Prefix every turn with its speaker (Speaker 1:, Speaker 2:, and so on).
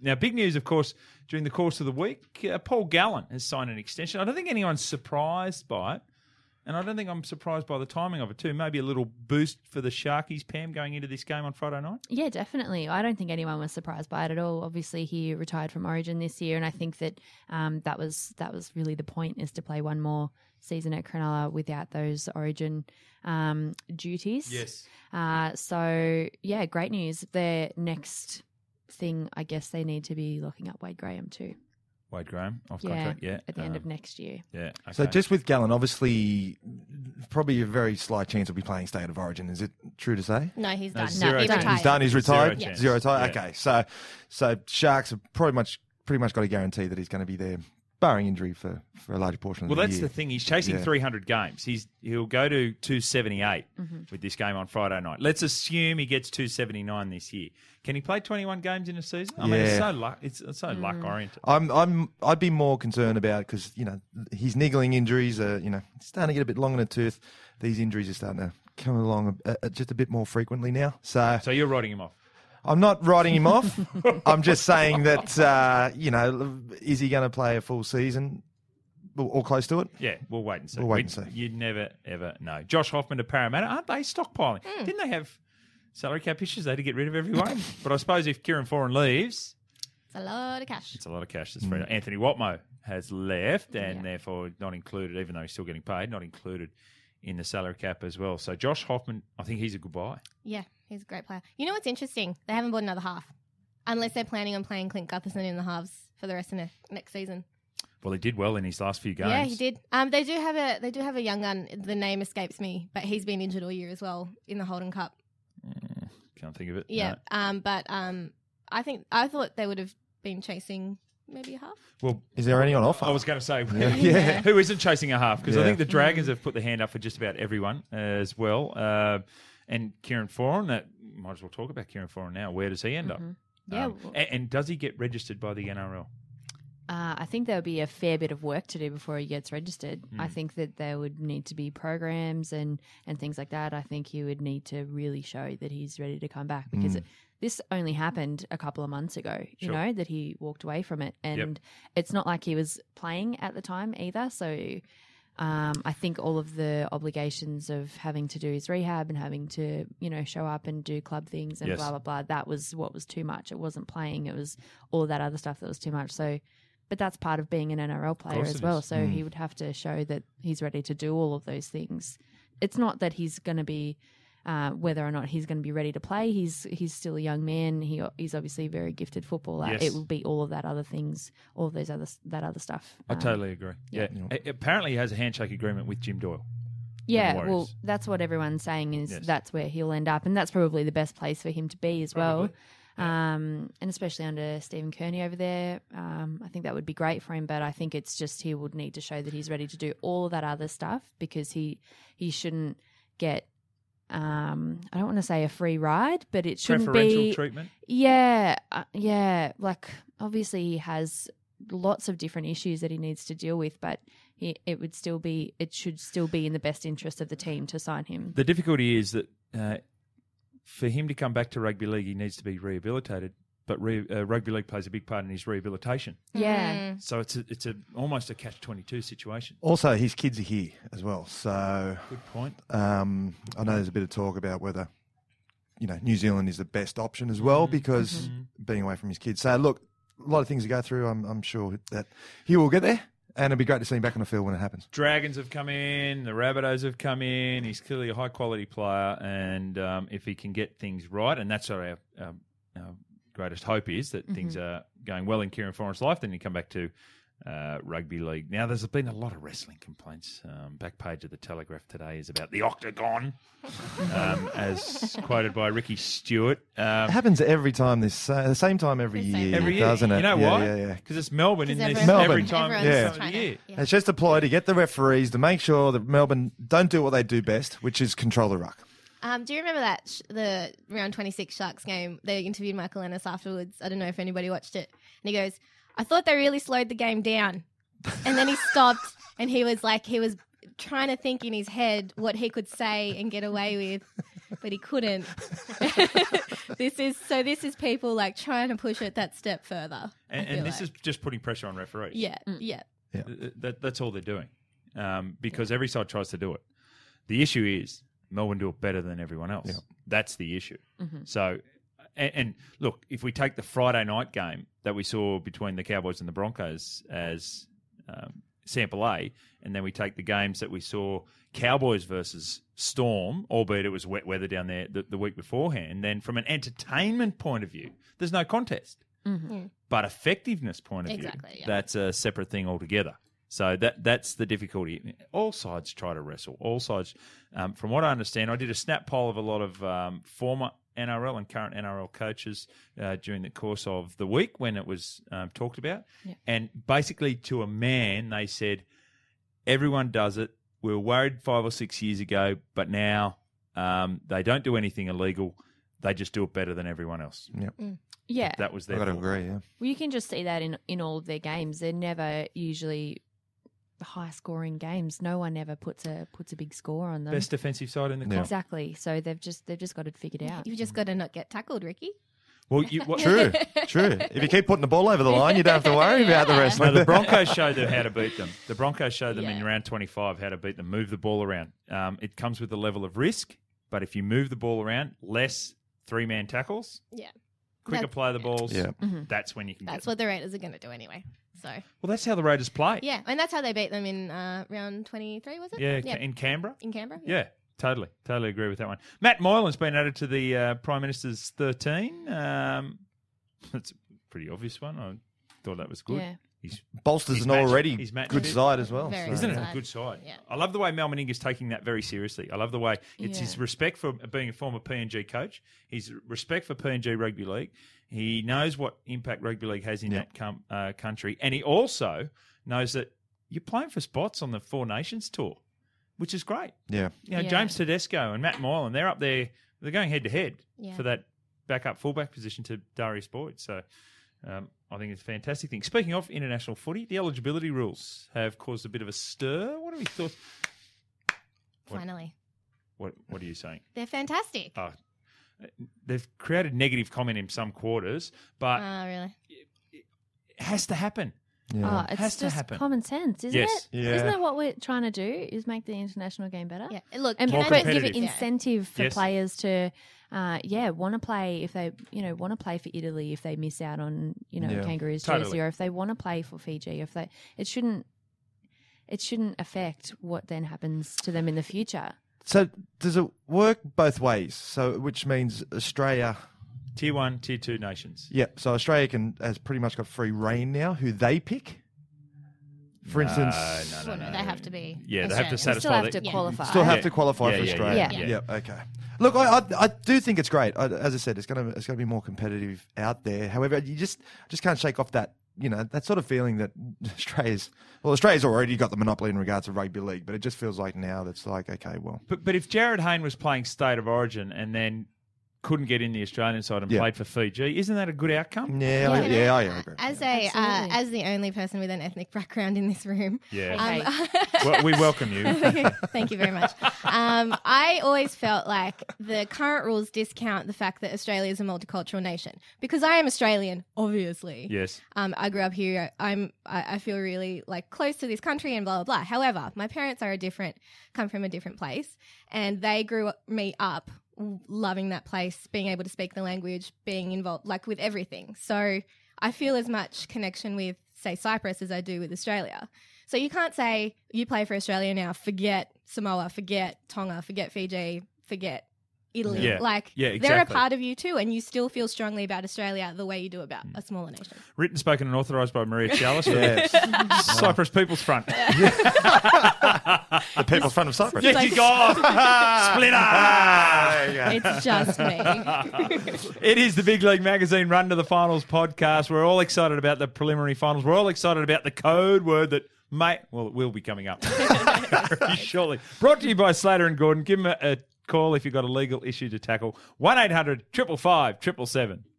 Speaker 1: Now, big news, of course, during the course of the week, uh, Paul Gallen has signed an extension. I don't think anyone's surprised by it. And I don't think I'm surprised by the timing of it, too. Maybe a little boost for the Sharkies, Pam, going into this game on Friday night.
Speaker 2: Yeah, definitely. I don't think anyone was surprised by it at all. Obviously, he retired from Origin this year, and I think that um, that was that was really the point is to play one more season at Cronulla without those Origin um, duties. Uh, so yeah, great news. Their next thing, I guess, they need to be locking up Wade Graham too.
Speaker 1: Wade Graham off
Speaker 2: Yeah,
Speaker 1: contract. Yeah.
Speaker 2: at the end of
Speaker 1: um,
Speaker 2: next year.
Speaker 1: Yeah.
Speaker 3: So
Speaker 1: okay.
Speaker 3: just with Gallen, obviously, probably a very slight chance he'll be playing state of origin. Is it true to say?
Speaker 4: No, he's
Speaker 1: No,
Speaker 4: done.
Speaker 1: zero
Speaker 4: he
Speaker 2: chance.
Speaker 4: retired.
Speaker 3: He's done. He's retired.
Speaker 1: chance.
Speaker 3: Zero tie.
Speaker 1: Yeah.
Speaker 3: Okay, so so sharks have pretty much pretty much got a guarantee that he's going to be there, barring injury for, for a large portion of
Speaker 1: Well,
Speaker 3: the
Speaker 1: that's
Speaker 3: year.
Speaker 1: the thing. He's chasing
Speaker 3: Yeah.
Speaker 1: 300 games. He's he'll go to 278
Speaker 2: Mm-hmm.
Speaker 1: with this game on Friday night. Let's assume he gets 279 this year. Can he play 21 games in a season? I mean, it's so
Speaker 3: Yeah.
Speaker 1: luck. It's, it's
Speaker 2: Mm.
Speaker 1: so luck oriented.
Speaker 3: I'm I'm I'd be more concerned about because you know his niggling injuries are you know starting to get a bit long in the tooth. These injuries are starting to come along a, a, just a bit more frequently now. So
Speaker 1: So you're writing him off.
Speaker 3: I'm not writing him off. I'm just saying that uh, you know is he going to play a full season or, or close to it?
Speaker 1: Yeah, we'll wait and see.
Speaker 3: We'll wait and see.
Speaker 1: You never ever know. Josh Hoffman to Parramatta, aren't they stockpiling?
Speaker 4: Hmm.
Speaker 1: Didn't they have salary cap issues? They had to get rid of everyone. but I suppose if Kieran Foran leaves,
Speaker 4: It's a lot of cash.
Speaker 1: It's a lot of cash that's
Speaker 3: Hmm.
Speaker 1: freed up. Anthony Watmo has left and
Speaker 2: Yeah.
Speaker 1: therefore not included, even though he's still getting paid, not included in the salary cap as well. So Josh Hoffman, I think he's a goodbye.
Speaker 4: Yeah, he's a great player. You know what's interesting? They haven't bought another half, unless they're planning on playing Clint Gutherson in the halves for the rest of ne- next season.
Speaker 1: Well, he did well in his last few games.
Speaker 4: Yeah, he did. Um, they do have a they do have a young gun. The name escapes me, but he's been injured all year as well in the Holden Cup.
Speaker 1: Can't think of it.
Speaker 4: Yeah.
Speaker 1: No.
Speaker 4: Um, but um, I think I thought they would have been chasing maybe a half.
Speaker 1: Well,
Speaker 3: Is there any on offer?
Speaker 1: I was going to say,
Speaker 3: Yeah.
Speaker 1: who isn't chasing a half? Because I
Speaker 3: Yeah.
Speaker 1: think the Dragons have put their hand up for just about everyone uh, as well. Uh, and Kieran Foran, that might as well talk about Kieran Foran now. Where does he end up?
Speaker 2: Mm-hmm. Yeah,
Speaker 1: Um,
Speaker 2: well-
Speaker 1: a- and, does he get registered by the NRL?
Speaker 2: Uh, I think there'll be a fair bit of work to do before he gets registered.
Speaker 1: Hmm.
Speaker 2: I think that there would need to be programs and, and things like that. I think he would need to really show that he's ready to come back because this only happened a couple of months ago, you
Speaker 1: Hmm. Sure.
Speaker 2: know, that he walked away from it. And it's not like he was playing at the time either. So um, I think all of the obligations of having to do his rehab and having to, you know, show up and do club things and
Speaker 1: Yes.
Speaker 2: blah blah blah. That was what was too much. It wasn't playing. It was all that other stuff that was too much. So, but that's part of being an NRL player
Speaker 1: course
Speaker 2: as
Speaker 1: it
Speaker 2: well.
Speaker 1: is.
Speaker 2: So he would have to show that he's ready to do all of those things. It's not that he's going to be. Uh, whether or not he's going to be ready to play, he's he's still a young man. He he's obviously a very gifted footballer.
Speaker 1: Yes.
Speaker 2: It will be all of that other things, all of those other that other stuff.
Speaker 1: I
Speaker 2: um,
Speaker 1: totally agree. Yeah. A- apparently, he has a handshake agreement with Jim Doyle.
Speaker 2: Yeah,
Speaker 1: Warriors.
Speaker 2: well, that's what everyone's saying is
Speaker 1: Yes.
Speaker 2: that's where he'll end up, and that's probably the best place for him to be as well.
Speaker 1: Probably,
Speaker 2: Um, and especially under Stephen Kearney over there, um, I think that would be great for him. But I think it's just he would need to show that he's ready to do all of that other stuff because he he shouldn't get. Um, I don't want to say a free ride, but it shouldn't
Speaker 1: Preferential
Speaker 2: be.
Speaker 1: treatment.
Speaker 2: Yeah, uh, yeah. Like obviously he has lots of different issues that he needs to deal with, but he, it would still be it should still be in the best interest of the team to sign him.
Speaker 1: The difficulty is that uh, for him to come back to rugby league, he needs to be rehabilitated. But re- uh, rugby league plays a big part in his rehabilitation,
Speaker 4: Mm.
Speaker 2: yeah.
Speaker 1: so it's a, it's a almost a catch twenty two situation.
Speaker 3: also, his kids are here as well, so
Speaker 1: Good point.
Speaker 3: Um, I know there's a bit of talk about whether you know New Zealand is the best option as well
Speaker 1: Mm-hmm.
Speaker 3: because
Speaker 4: Mm-hmm.
Speaker 3: being away from his kids. So look, a lot of things to go through. I'm, I'm sure that he will get there, and it'd be great to see him back on the field when it happens.
Speaker 1: Dragons have come in, the Rabbitohs have come in. He's clearly a high quality player, and um, if he can get things right, and that's what our, um, our greatest hope is that things
Speaker 4: Mm-hmm.
Speaker 1: are going well in Kieran Foran's life, then you come back to uh, rugby league. Now, there's been a lot of wrestling complaints. Um, back page of the Telegraph today is about the octagon, um, as quoted by Ricky Stewart. Um,
Speaker 3: It happens every time this uh, the same time every
Speaker 4: The same
Speaker 3: year,
Speaker 4: time.
Speaker 1: every year,
Speaker 3: doesn't it?
Speaker 1: you know
Speaker 3: yeah,
Speaker 1: why?
Speaker 3: Yeah, yeah.
Speaker 1: Because it's Melbourne in this
Speaker 3: Melbourne.
Speaker 1: every time
Speaker 4: everyone's
Speaker 3: Yeah.
Speaker 1: this time
Speaker 4: trying
Speaker 1: of year.
Speaker 4: to, yeah.
Speaker 3: It's just a ploy to get the referees to make sure that Melbourne don't do what they do best, which is control the ruck.
Speaker 4: Um, do you remember that sh- the round 26 Sharks game? They interviewed Michael Ennis afterwards. I don't know if anybody watched it. And he goes, I thought they really slowed the game down. And then he stopped and he was like, he was trying to think in his head what he could say and get away with. but he couldn't. this is so. This is people like trying to push it that step further. I
Speaker 1: And,
Speaker 4: feel
Speaker 1: and this
Speaker 4: like.
Speaker 1: is just putting pressure on referees.
Speaker 4: yeah,
Speaker 3: Mm.
Speaker 4: yeah.
Speaker 1: Th- That, that's all they're doing um, because every side tries to do it. The issue is Melbourne do it better than everyone else.
Speaker 3: Yeah.
Speaker 1: That's the issue.
Speaker 4: Mm-hmm.
Speaker 2: Mhm.
Speaker 1: So, and, and look, if we take the Friday night game that we saw between the Cowboys and the Broncos as um, sample A, and then we take the games that we saw Cowboys versus Storm, albeit it was wet weather down there the, the week beforehand, then from an entertainment point of view, there's no contest but effectiveness point of
Speaker 4: Mm-hmm. Exactly,
Speaker 1: view,
Speaker 4: yeah.
Speaker 1: that's a separate thing altogether. So that that's the difficulty. All sides try to wrestle. All sides, um, from what I understand, I did a snap poll of a lot of um, former NRL and current NRL coaches uh, during the course of the week when it was um, talked about,
Speaker 2: Yeah.
Speaker 1: and basically to a man, they said everyone does it. We were worried five or six years ago, but now um, they don't do anything illegal. They just do it better than everyone else.
Speaker 2: Yeah.
Speaker 1: That was
Speaker 3: I
Speaker 1: their
Speaker 3: got to
Speaker 1: thought.
Speaker 3: agree. Yeah.
Speaker 2: Well, you can just see that in in all of their games. They're never usually high scoring games. No one ever puts a puts a big score on them.
Speaker 1: best defensive side in the comp.
Speaker 2: Exactly. So they've just they've just got it figured out.
Speaker 4: You've just got to not get tackled, Ricky.
Speaker 1: Well, you, what,
Speaker 3: True, true. If you keep putting the ball over the line, you don't have to worry about the rest.
Speaker 1: No,
Speaker 3: of
Speaker 1: the Broncos showed them how to beat them. The Broncos showed them in
Speaker 4: Yeah.
Speaker 1: round 25 how to beat them, move the ball around. Um, it comes with a level of risk, but if you move the ball around, less three man tackles,
Speaker 4: Yeah.
Speaker 1: quicker
Speaker 4: That's-
Speaker 1: play of the balls,
Speaker 3: Yeah.
Speaker 1: that's when you can
Speaker 4: That's
Speaker 1: get
Speaker 4: what the Raiders are going to do anyway. So
Speaker 1: Well, that's how the Raiders play.
Speaker 4: yeah, and that's how they beat them in uh, round twenty three, was it?
Speaker 1: Yeah, ca- in Canberra.
Speaker 4: in Canberra.
Speaker 1: Yeah, totally. Totally agree with that one. Matt Moylan's been added to the uh, Prime Minister's 13. Um, that's a pretty obvious one. I thought that was good.
Speaker 2: Yeah.
Speaker 1: He's
Speaker 3: Bolsters
Speaker 1: He's
Speaker 3: an
Speaker 1: matched-
Speaker 3: already
Speaker 1: he's matched
Speaker 3: good
Speaker 1: it.
Speaker 3: side as well.
Speaker 4: Very
Speaker 1: Isn't it a
Speaker 4: Side.
Speaker 1: good side?
Speaker 4: Yeah.
Speaker 1: I love the way Mel Meninga's taking that very seriously. I love the way it's
Speaker 2: Yeah.
Speaker 1: his respect for being a former PNG coach, his respect for PNG Rugby League. He knows what impact Rugby League has in
Speaker 3: Yeah.
Speaker 1: that com- uh, country. And he also knows that you're playing for spots on the Four Nations Tour, which is great.
Speaker 3: Yeah,
Speaker 1: You know,
Speaker 2: Yeah.
Speaker 1: James Tedesco and Matt Moylan, they're up there, they're going head to head
Speaker 4: Yeah.
Speaker 1: for that backup fullback position to Darius Boyd. So um, I think it's a fantastic thing. Speaking of international footy, the eligibility rules have caused a bit of a stir. What are we thoughts? What-
Speaker 4: Finally,
Speaker 1: What What are you saying?
Speaker 4: they're fantastic.
Speaker 1: Oh, they've created negative comment in some quarters, but
Speaker 2: Uh,
Speaker 4: Oh, really?
Speaker 1: it has to happen.
Speaker 2: Oh,
Speaker 3: yeah.
Speaker 2: it's
Speaker 1: Has to
Speaker 2: just
Speaker 1: happen.
Speaker 2: common sense, isn't
Speaker 1: Yes.
Speaker 2: it?
Speaker 3: Yeah.
Speaker 2: not that what we're trying to do? Is make the international game better?
Speaker 4: Yeah. Look,
Speaker 2: And
Speaker 4: can
Speaker 1: More
Speaker 4: I
Speaker 2: but
Speaker 4: just
Speaker 2: give
Speaker 1: competitive.
Speaker 2: it incentive for
Speaker 1: Yes.
Speaker 2: players to, uh, yeah, want to play if they, you know, want to play for Italy if they miss out on, you know,
Speaker 3: Yeah.
Speaker 2: a Kangaroos
Speaker 1: Totally.
Speaker 2: jersey, or if they want to play for Fiji, if they, it shouldn't, it shouldn't affect what then happens to them in the future.
Speaker 3: So does it work both ways? So which means Australia.
Speaker 1: Tier one, tier two nations.
Speaker 3: Yeah. So Australia can has pretty much got free reign now. Who they pick. For
Speaker 1: No,
Speaker 3: instance,
Speaker 1: no,
Speaker 4: Well, no, they have to be.
Speaker 1: Yeah, they have to
Speaker 4: Australian.
Speaker 2: They still
Speaker 1: Satisfy
Speaker 2: have
Speaker 1: the-
Speaker 2: to
Speaker 4: Yeah.
Speaker 2: qualify.
Speaker 3: Still have
Speaker 1: Yeah.
Speaker 3: to qualify
Speaker 1: Yeah,
Speaker 3: for
Speaker 1: yeah,
Speaker 3: Australia.
Speaker 2: yeah,
Speaker 3: Yeah.
Speaker 4: yeah.
Speaker 3: Okay. Look, I, I I do think it's great. I, as I said, it's gonna it's gonna be more competitive out there. However, you just just can't shake off that you know that sort of feeling that Australia's well Australia's already got the monopoly in regards to rugby league, but it just feels like now that's like okay, well
Speaker 1: But but if Jared Hayne was playing State of Origin and then couldn't get in the Australian side and
Speaker 3: Yeah. Mm.
Speaker 1: played for Fiji, isn't that a good outcome?
Speaker 3: yeah I- yeah,
Speaker 4: Can
Speaker 3: I,
Speaker 4: I-
Speaker 3: agree.
Speaker 4: As a uh,
Speaker 2: Absolutely.
Speaker 4: as the only person with an ethnic background in this room,
Speaker 1: Yeah.
Speaker 2: Okay.
Speaker 4: um,
Speaker 1: well, we welcome you.
Speaker 4: Thank you very much. Um, I always felt like the current rules discount the fact that Australia is a multicultural nation because I am Australian, obviously.
Speaker 1: Yes.
Speaker 4: Um, I grew up here. I'm. I, I feel really like close to this country and blah blah blah. However, my parents are a different, come from a different place, and they grew up- me up loving that place, being able to speak the language, being involved like with everything. So I feel as much connection with say Cyprus as I do with Australia. So you can't say you play for Australia now. Forget Samoa. Forget Tonga. Forget Fiji. Forget. Italy,
Speaker 1: Yeah.
Speaker 4: like
Speaker 1: Yeah,
Speaker 4: they're a
Speaker 1: exactly.
Speaker 4: part of you too, and you still feel strongly about Australia the way you do about
Speaker 1: Mm.
Speaker 4: a smaller nation.
Speaker 1: Written, spoken, and authorised by Maria Chalice.
Speaker 3: Yeah.
Speaker 1: Cyprus People's Front.
Speaker 3: the people in front of Cyprus.
Speaker 1: Yes, you got Splitter.
Speaker 3: Yeah.
Speaker 4: It's just me.
Speaker 1: It is the Big League Magazine Run to the Finals podcast. We're all excited about the preliminary finals. We're all excited about the code word that may well it will be coming up very shortly. Brought to you by Slater and Gordon. Give them a, a call if you've got a legal issue to tackle. One 800 555 777.